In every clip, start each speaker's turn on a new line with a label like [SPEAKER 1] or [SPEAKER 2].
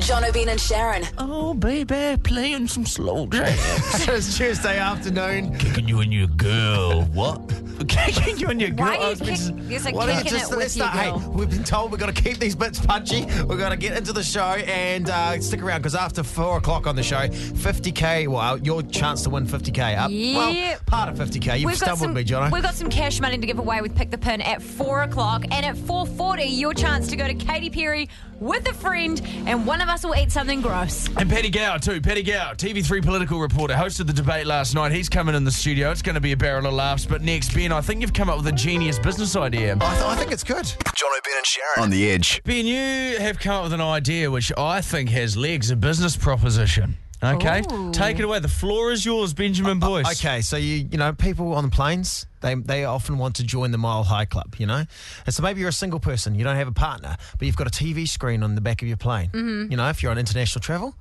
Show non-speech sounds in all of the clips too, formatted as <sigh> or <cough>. [SPEAKER 1] John O'Bean and Sharon.
[SPEAKER 2] Oh, baby, playing some slow jams.
[SPEAKER 3] <laughs> it's Tuesday afternoon.
[SPEAKER 2] <laughs> Kicking you and your girl. What? <laughs> Kicking you and your girl.
[SPEAKER 4] Why are you
[SPEAKER 2] I've been
[SPEAKER 4] kick-
[SPEAKER 2] s-
[SPEAKER 4] you're just, like
[SPEAKER 3] Well,
[SPEAKER 4] kicking
[SPEAKER 3] just-
[SPEAKER 4] it
[SPEAKER 3] let's
[SPEAKER 4] with your
[SPEAKER 3] start- hey,
[SPEAKER 4] girl?
[SPEAKER 3] we've been told we've got to keep these bits punchy. We've got to get into the show and uh, stick around because after four o'clock on the show, 50k. Well, your chance to win 50k up. Well,
[SPEAKER 4] Yep.
[SPEAKER 3] part of 50k. You've
[SPEAKER 4] got
[SPEAKER 3] stumbled
[SPEAKER 4] some,
[SPEAKER 3] me, Jono.
[SPEAKER 4] We've got some cash money to give away with Pick the Pin at 4 o'clock. And at 4.40, your chance to go to Katy Perry with a friend, and one of us will eat something gross.
[SPEAKER 2] And Petty Gow, too. Petty Gow, TV3 political reporter, hosted the debate last night. He's coming in the studio. It's going to be a barrel of laughs. But next, Ben, I think you've come up with a genius business idea.
[SPEAKER 3] I, th- I think it's good.
[SPEAKER 5] John O'Brien and Sharon on the edge.
[SPEAKER 2] Ben, you have come up with an idea which I think has legs, a business proposition. Okay?
[SPEAKER 4] Ooh.
[SPEAKER 2] Take it away. The floor is yours, Benjamin Boyce.
[SPEAKER 3] Okay, so you you know people on planes they they often want to join the Mile High Club, you know, and so maybe you're a single person, you don't have a partner, but you've got a TV screen on the back of your plane,
[SPEAKER 2] Mm-hmm.
[SPEAKER 3] you know, if you're on international travel.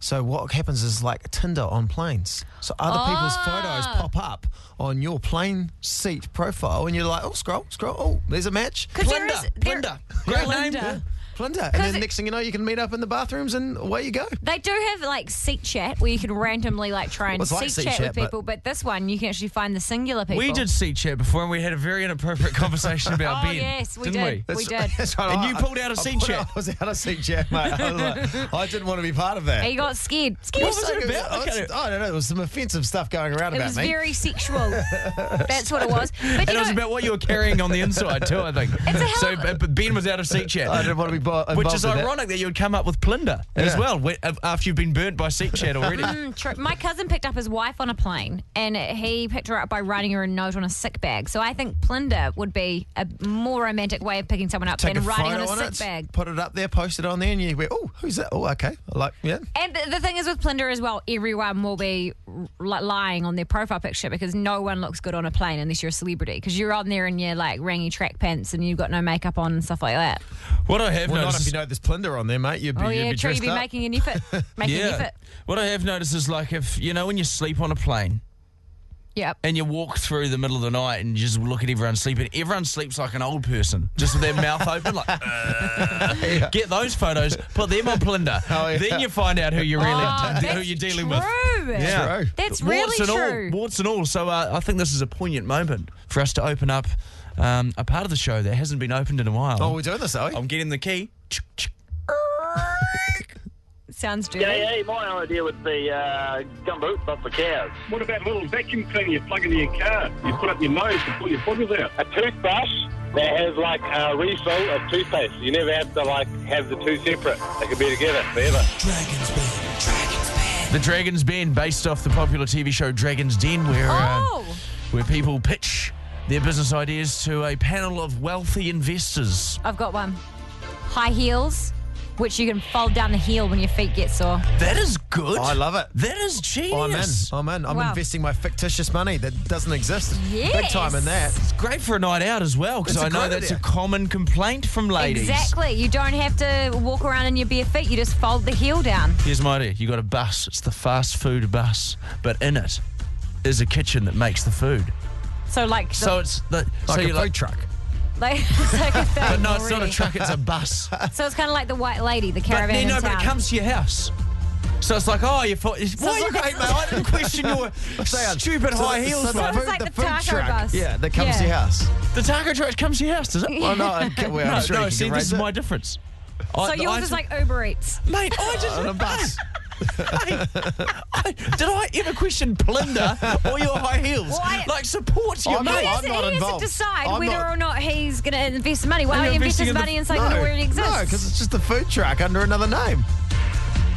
[SPEAKER 3] So what happens is like Tinder on planes. So other people's
[SPEAKER 2] Ah.
[SPEAKER 3] photos pop up on your plane seat profile, and you're like, oh, scroll, scroll, oh, there's a match.
[SPEAKER 4] 'Cause there is- there-
[SPEAKER 3] Plunder,
[SPEAKER 2] Great
[SPEAKER 4] Plunder.
[SPEAKER 2] name.
[SPEAKER 3] Yeah, Plunder, and
[SPEAKER 4] 'Cause
[SPEAKER 3] then
[SPEAKER 4] it-
[SPEAKER 3] next thing you know, you can meet up in the bathrooms, and away you go.
[SPEAKER 4] They do have like seat chat where you can randomly like try and
[SPEAKER 3] Well, it's like seat
[SPEAKER 4] seat chat
[SPEAKER 3] chat,
[SPEAKER 4] with
[SPEAKER 3] but-
[SPEAKER 4] people, but this one you can actually find the singular people.
[SPEAKER 2] We did seat chat before and we had a very inappropriate conversation about
[SPEAKER 4] <laughs> Oh,
[SPEAKER 2] Ben.
[SPEAKER 4] yes, we
[SPEAKER 2] didn't
[SPEAKER 4] did.
[SPEAKER 2] we?
[SPEAKER 4] We did.
[SPEAKER 3] That's right.
[SPEAKER 2] And
[SPEAKER 3] I-
[SPEAKER 2] you pulled out a
[SPEAKER 3] I
[SPEAKER 2] seat
[SPEAKER 3] pulled
[SPEAKER 2] chat.
[SPEAKER 3] out- I was out of seat chat, mate. I, was like, I didn't want to be part of that.
[SPEAKER 4] He got scared. Scared.
[SPEAKER 2] What was it
[SPEAKER 3] It's like-
[SPEAKER 2] about? I
[SPEAKER 3] it's-
[SPEAKER 2] can't-
[SPEAKER 3] Oh, I don't know. There was some offensive stuff going around
[SPEAKER 4] It
[SPEAKER 3] about
[SPEAKER 4] was
[SPEAKER 3] me.
[SPEAKER 4] very sexual. That's what it was. But
[SPEAKER 2] And
[SPEAKER 4] you
[SPEAKER 2] it
[SPEAKER 4] know,
[SPEAKER 2] was about what you were carrying on the inside, too, I think.
[SPEAKER 4] <laughs> It's a hell
[SPEAKER 2] so uh,
[SPEAKER 4] of-
[SPEAKER 2] but- but Ben was out of seat chat.
[SPEAKER 3] I didn't want to be
[SPEAKER 4] <laughs>
[SPEAKER 3] bo-
[SPEAKER 2] Which is
[SPEAKER 3] involved in
[SPEAKER 2] ironic that. you would come up with plunder as
[SPEAKER 3] Yeah.
[SPEAKER 2] well wh- after you've been burnt by seat chat already.
[SPEAKER 4] Mm, true. My cousin picked up his wife on a plane, and he picked her up by writing her a note on a sick bag. So I think plunder would be a more romantic way of picking someone up
[SPEAKER 3] Take
[SPEAKER 4] than
[SPEAKER 3] a
[SPEAKER 4] writing
[SPEAKER 3] photo
[SPEAKER 4] on a sick
[SPEAKER 3] it,
[SPEAKER 4] bag.
[SPEAKER 3] put it up there, post it on there, and you went, "Oh, who's that? Oh, okay, I like yeah."
[SPEAKER 4] And the, the thing is with plunder as well, everyone will be li- lying on their profile picture because no one looks good on a plane unless you're a celebrity. Because you're on there in your like rangy track pants and you've got no makeup on and stuff like that.
[SPEAKER 2] What I have
[SPEAKER 3] Well, not
[SPEAKER 2] noticed,
[SPEAKER 3] if you know there's plunder on there, mate. You'd be,
[SPEAKER 4] Oh
[SPEAKER 3] you'd
[SPEAKER 4] yeah,
[SPEAKER 3] be
[SPEAKER 4] true.
[SPEAKER 3] dressed
[SPEAKER 4] You'd be
[SPEAKER 3] up.
[SPEAKER 4] making an effort, making an
[SPEAKER 2] yeah.
[SPEAKER 4] effort.
[SPEAKER 2] What I have noticed is like if you know when you sleep on a plane
[SPEAKER 4] Yep.
[SPEAKER 2] and you walk through the middle of the night and you just look at everyone sleeping, everyone sleeps like an old person, just with their <laughs> mouth open,
[SPEAKER 4] <laughs>
[SPEAKER 2] like. "Uh." Get those photos, put them on Plunder.
[SPEAKER 3] Oh, yeah.
[SPEAKER 2] Then you find out who you really, <laughs>
[SPEAKER 4] Oh,
[SPEAKER 2] who
[SPEAKER 4] that's
[SPEAKER 2] you're dealing
[SPEAKER 4] true.
[SPEAKER 2] with.
[SPEAKER 3] Yeah. True.
[SPEAKER 2] warts
[SPEAKER 4] That's really
[SPEAKER 2] and
[SPEAKER 4] true.
[SPEAKER 2] all, warts and all. So uh, I think this is a poignant moment for us to open up um, a part of the show that hasn't been opened in a while.
[SPEAKER 3] Oh, we're doing this, are we?
[SPEAKER 2] I'm getting the key.
[SPEAKER 4] Sounds dirty.
[SPEAKER 6] Yeah, yeah, my idea would be uh, gumboot, but for cows.
[SPEAKER 7] What about a little vacuum cleaner you plug into your car? You put up your nose to pull your footers out.
[SPEAKER 6] A toothbrush that has like a refill of toothpaste. You never have to like have the two separate. They could be together forever.
[SPEAKER 2] The Dragon's Den, based off the popular TV show Dragon's Den, where uh,
[SPEAKER 4] Oh.
[SPEAKER 2] where people pitch their business ideas to a panel of wealthy investors.
[SPEAKER 4] I've got one. High heels, which you can fold down the heel when your feet get sore.
[SPEAKER 2] That is good.
[SPEAKER 3] I love it.
[SPEAKER 2] That is
[SPEAKER 3] Oh, I'm in.
[SPEAKER 2] genius.
[SPEAKER 3] I'm in. I'm
[SPEAKER 4] Wow.
[SPEAKER 3] investing my fictitious money that doesn't exist. Big
[SPEAKER 4] Yes.
[SPEAKER 3] time in that.
[SPEAKER 2] It's great for a night out as well, because
[SPEAKER 3] It's a
[SPEAKER 2] I know
[SPEAKER 3] great
[SPEAKER 2] that's
[SPEAKER 3] idea.
[SPEAKER 2] a common complaint from ladies.
[SPEAKER 4] Exactly. You don't have to walk around in your bare feet. You just fold the heel down.
[SPEAKER 2] Here's my idea. You got a bus. It's the fast food bus, but in it is a kitchen that makes the food.
[SPEAKER 4] So like, the,
[SPEAKER 2] So it's the,
[SPEAKER 3] Like
[SPEAKER 2] so
[SPEAKER 3] a
[SPEAKER 2] you
[SPEAKER 3] food
[SPEAKER 2] like.
[SPEAKER 3] truck.
[SPEAKER 4] <laughs> like it's like a thing
[SPEAKER 2] But no, it's not a
[SPEAKER 4] already.
[SPEAKER 2] truck. It's a
[SPEAKER 4] <laughs>
[SPEAKER 2] bus.
[SPEAKER 4] So it's kind of like the white lady, the
[SPEAKER 2] but
[SPEAKER 4] caravan
[SPEAKER 2] then,
[SPEAKER 4] in
[SPEAKER 2] no,
[SPEAKER 4] town.
[SPEAKER 2] but it comes to your house. So it's like, oh, you thought, why
[SPEAKER 4] it's
[SPEAKER 2] you
[SPEAKER 4] like-
[SPEAKER 2] great, mate? I didn't question
[SPEAKER 4] <laughs>
[SPEAKER 2] your
[SPEAKER 3] Sounds-
[SPEAKER 2] stupid
[SPEAKER 3] so
[SPEAKER 2] high
[SPEAKER 3] the-
[SPEAKER 2] heels,
[SPEAKER 3] so
[SPEAKER 2] mate.
[SPEAKER 4] It's like the taco bus.
[SPEAKER 3] Yeah, that comes to
[SPEAKER 4] Yeah.
[SPEAKER 3] your
[SPEAKER 4] <laughs>
[SPEAKER 3] house.
[SPEAKER 2] The taco truck comes to your house, does it?
[SPEAKER 3] Oh no, I, well,
[SPEAKER 2] no,
[SPEAKER 3] I'm sure
[SPEAKER 2] no,
[SPEAKER 3] you can
[SPEAKER 2] see,
[SPEAKER 3] get
[SPEAKER 2] this is
[SPEAKER 3] raised <laughs>
[SPEAKER 2] my
[SPEAKER 3] it.
[SPEAKER 2] difference.
[SPEAKER 4] so yours is like Uber Eats.
[SPEAKER 2] mate,
[SPEAKER 4] <laughs>
[SPEAKER 2] I just,
[SPEAKER 3] on a bus.
[SPEAKER 2] <laughs> Hey, I- did I ever question
[SPEAKER 4] <laughs>
[SPEAKER 2] plunder or your high heels?
[SPEAKER 4] Well, I-
[SPEAKER 2] like, support your
[SPEAKER 3] I'm
[SPEAKER 4] he
[SPEAKER 3] not-
[SPEAKER 2] mate.
[SPEAKER 4] has,
[SPEAKER 3] I'm not
[SPEAKER 4] he has
[SPEAKER 3] involved.
[SPEAKER 4] to decide
[SPEAKER 3] I'm
[SPEAKER 4] whether
[SPEAKER 3] not-
[SPEAKER 4] or not he's going to invest money. Why
[SPEAKER 2] Are
[SPEAKER 4] don't
[SPEAKER 2] you
[SPEAKER 4] you invest
[SPEAKER 2] investing
[SPEAKER 4] his
[SPEAKER 2] in the-
[SPEAKER 4] money and say no, where it exists?
[SPEAKER 3] No, because it's just a food truck under another name.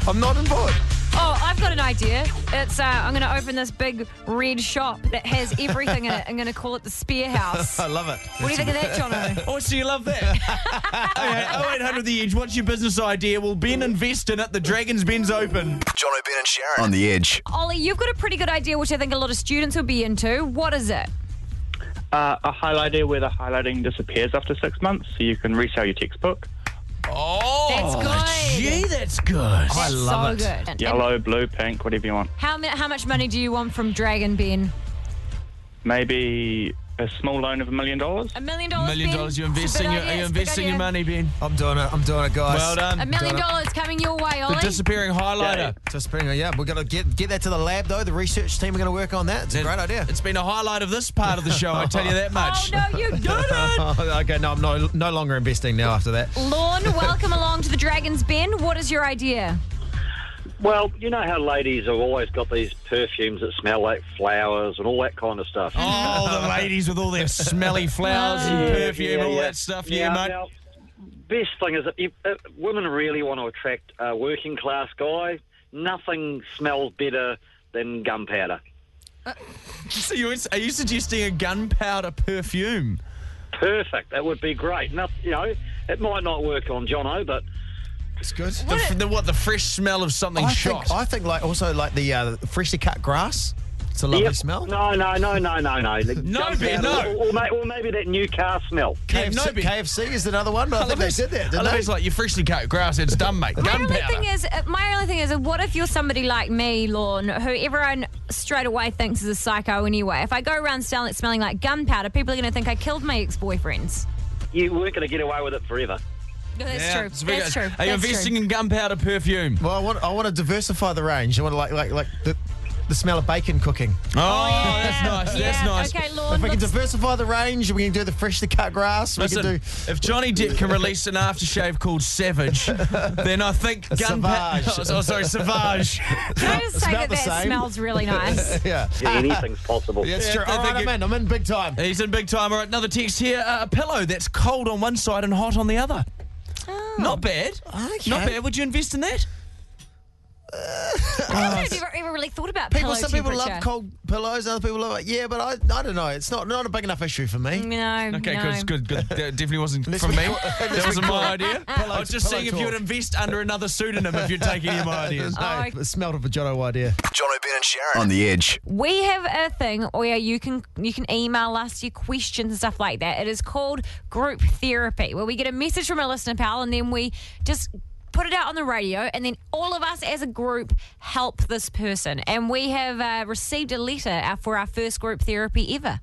[SPEAKER 3] I'm not on board.
[SPEAKER 4] Oh, I've got an idea. It's uh, I'm going to open this big red shop that has everything in it. I'm going to call it the Spear House.
[SPEAKER 3] I
[SPEAKER 4] What
[SPEAKER 3] love it.
[SPEAKER 4] do you think of that, Jono?
[SPEAKER 2] Oh, so you love that? <laughs> Oh, okay, 0800 The Edge, what's your business idea? Will Ben invest in it? The Dragon's Ben's open.
[SPEAKER 5] John O'Brien and Sharon on the edge.
[SPEAKER 4] <laughs> Ollie, you've got a pretty good idea, which I think a lot of students will be into. What is it?
[SPEAKER 8] uh, a highlighter where the highlighting disappears after six months, so you can resell your textbook.
[SPEAKER 2] Oh,
[SPEAKER 4] That's good.
[SPEAKER 2] Gee, that's good. I
[SPEAKER 4] That's
[SPEAKER 2] love
[SPEAKER 4] so
[SPEAKER 2] it.
[SPEAKER 4] good. And
[SPEAKER 8] Yellow, blue, pink, whatever you want.
[SPEAKER 4] How, mi- how much money do you want from Dragon Ben?
[SPEAKER 8] Maybe a small loan of a million dollars.
[SPEAKER 4] A million dollars.
[SPEAKER 2] Million
[SPEAKER 4] Ben.
[SPEAKER 2] dollars. You're
[SPEAKER 4] It's a
[SPEAKER 2] investing
[SPEAKER 4] big
[SPEAKER 2] your
[SPEAKER 4] idea,
[SPEAKER 2] you're
[SPEAKER 4] it's a big
[SPEAKER 2] investing your
[SPEAKER 4] idea.
[SPEAKER 2] money, Ben.
[SPEAKER 3] I'm doing it. I'm doing it, guys.
[SPEAKER 2] Well
[SPEAKER 4] A
[SPEAKER 2] done.
[SPEAKER 4] million
[SPEAKER 3] Done it.
[SPEAKER 4] dollars coming your way,
[SPEAKER 2] The
[SPEAKER 4] Ollie.
[SPEAKER 2] disappearing highlighter.
[SPEAKER 3] Just bring it. Yeah, we're gonna get get that to the lab though. The research team are gonna work on that. It's a
[SPEAKER 2] It-
[SPEAKER 3] great idea.
[SPEAKER 2] It's been a highlight of this part of the show. I tell you that
[SPEAKER 4] <laughs> oh
[SPEAKER 2] much.
[SPEAKER 4] no,
[SPEAKER 2] <laughs>
[SPEAKER 4] you did
[SPEAKER 3] <laughs>
[SPEAKER 4] it!
[SPEAKER 3] okay, no, I'm no, no longer investing now after that.
[SPEAKER 4] Lorne, welcome along to the Dragons, Ben. What is your idea?
[SPEAKER 1] Well, you know how ladies have always got these perfumes that smell like flowers and all that kind of stuff.
[SPEAKER 2] Oh, the ladies with all their smelly flowers and perfume, all that stuff. Yeah, mate.
[SPEAKER 1] now, best thing is that if,
[SPEAKER 6] uh,
[SPEAKER 1] if women really want to attract a working class guy, nothing smells better than gunpowder.
[SPEAKER 2] So you, are you suggesting a gunpowder perfume?
[SPEAKER 1] Perfect. That would be great. Not, you know, it might not work on Jono, but
[SPEAKER 3] It's good.
[SPEAKER 2] The, f- the what? The fresh smell of something
[SPEAKER 3] I
[SPEAKER 2] shot.
[SPEAKER 3] think, I think like also like the uh, freshly cut grass. It's a lovely
[SPEAKER 1] Yep.
[SPEAKER 3] smell.
[SPEAKER 1] No, no, no, no, no, no.
[SPEAKER 2] No, Ben, no.
[SPEAKER 1] Or, or, may- or maybe that new car smell.
[SPEAKER 2] Yeah,
[SPEAKER 3] KFC,
[SPEAKER 2] no, Ben.
[SPEAKER 3] KFC is another one, but I, think they said that,
[SPEAKER 2] I
[SPEAKER 3] didn't
[SPEAKER 2] love
[SPEAKER 3] they?
[SPEAKER 2] it's like you freshly cut grass. It's done, mate.
[SPEAKER 4] My only thing
[SPEAKER 2] Gunpowder.
[SPEAKER 4] is, uh, my only thing is, what if you're somebody like me, Lorne, who everyone straight away thinks is a psycho anyway? If I go around smelling, smelling like gunpowder, people are going to think I killed my ex-boyfriends.
[SPEAKER 1] You weren't going to get away with it forever.
[SPEAKER 4] No, That's
[SPEAKER 2] Yeah,
[SPEAKER 4] true.
[SPEAKER 2] it's very
[SPEAKER 4] That's
[SPEAKER 2] good.
[SPEAKER 4] true.
[SPEAKER 2] Are you
[SPEAKER 4] That's
[SPEAKER 2] investing
[SPEAKER 4] true.
[SPEAKER 2] in <laughs> gunpowder perfume?
[SPEAKER 3] well, I want, I want to diversify the range. I want to like like like the, the smell of bacon cooking.
[SPEAKER 2] Oh, that's nice.
[SPEAKER 4] Yeah,
[SPEAKER 2] That's nice.
[SPEAKER 4] Okay,
[SPEAKER 3] If
[SPEAKER 4] Lorne.
[SPEAKER 3] we can
[SPEAKER 4] looks-
[SPEAKER 3] diversify the range, we can do the freshly cut grass. We
[SPEAKER 2] Listen,
[SPEAKER 3] can do
[SPEAKER 2] if Johnny Depp can release an aftershave called
[SPEAKER 3] <laughs>
[SPEAKER 2] Savage, then I think gunpowder. <laughs>
[SPEAKER 3] Savage.
[SPEAKER 2] Oh, sorry, Savage.
[SPEAKER 4] Can I just say
[SPEAKER 3] smell
[SPEAKER 4] that
[SPEAKER 3] the
[SPEAKER 4] that
[SPEAKER 3] same.
[SPEAKER 2] <laughs>
[SPEAKER 4] smells really nice?
[SPEAKER 3] yeah.
[SPEAKER 1] Anything's possible.
[SPEAKER 3] That's
[SPEAKER 2] Yeah,
[SPEAKER 3] true.
[SPEAKER 2] I
[SPEAKER 3] All right,
[SPEAKER 2] think
[SPEAKER 3] I'm
[SPEAKER 2] it-
[SPEAKER 3] in. I'm in big time.
[SPEAKER 2] He's in big time. All right, another text here. Uh, a pillow that's cold on one side and hot on the other.
[SPEAKER 4] Oh.
[SPEAKER 2] Not bad.
[SPEAKER 3] Okay.
[SPEAKER 2] Not bad. Would you invest in that?
[SPEAKER 4] I don't know if you've ever really thought about
[SPEAKER 3] People,
[SPEAKER 4] pillow
[SPEAKER 3] some people love
[SPEAKER 4] temperature.
[SPEAKER 3] cold pillows. Other people love it. Yeah, but I, I don't know. It's not not a big enough issue for
[SPEAKER 2] Mm,
[SPEAKER 3] me.
[SPEAKER 4] No.
[SPEAKER 2] Okay,
[SPEAKER 4] no.
[SPEAKER 2] good, good, good. That definitely wasn't
[SPEAKER 3] Unless
[SPEAKER 2] from
[SPEAKER 3] we-
[SPEAKER 2] me.
[SPEAKER 3] unless
[SPEAKER 2] That
[SPEAKER 3] we
[SPEAKER 2] wasn't
[SPEAKER 3] call
[SPEAKER 2] my
[SPEAKER 3] it <laughs>
[SPEAKER 2] idea.
[SPEAKER 3] pillow-
[SPEAKER 2] I was just
[SPEAKER 3] pillow
[SPEAKER 2] seeing if you would
[SPEAKER 3] talk.
[SPEAKER 2] invest under another pseudonym if you'd take any of
[SPEAKER 3] <laughs>
[SPEAKER 2] my ideas.
[SPEAKER 3] No,
[SPEAKER 4] Oh.
[SPEAKER 3] it smelled of a Jono idea.
[SPEAKER 5] John O'Brien and Sharon on the edge.
[SPEAKER 4] We have a thing where you can you can email us your questions and stuff like that. It is called group therapy, where we get a message from a listener pal and then we just put it out on the radio and then all of us as a group help this person. And we have uh, received a letter uh, for our first group therapy ever.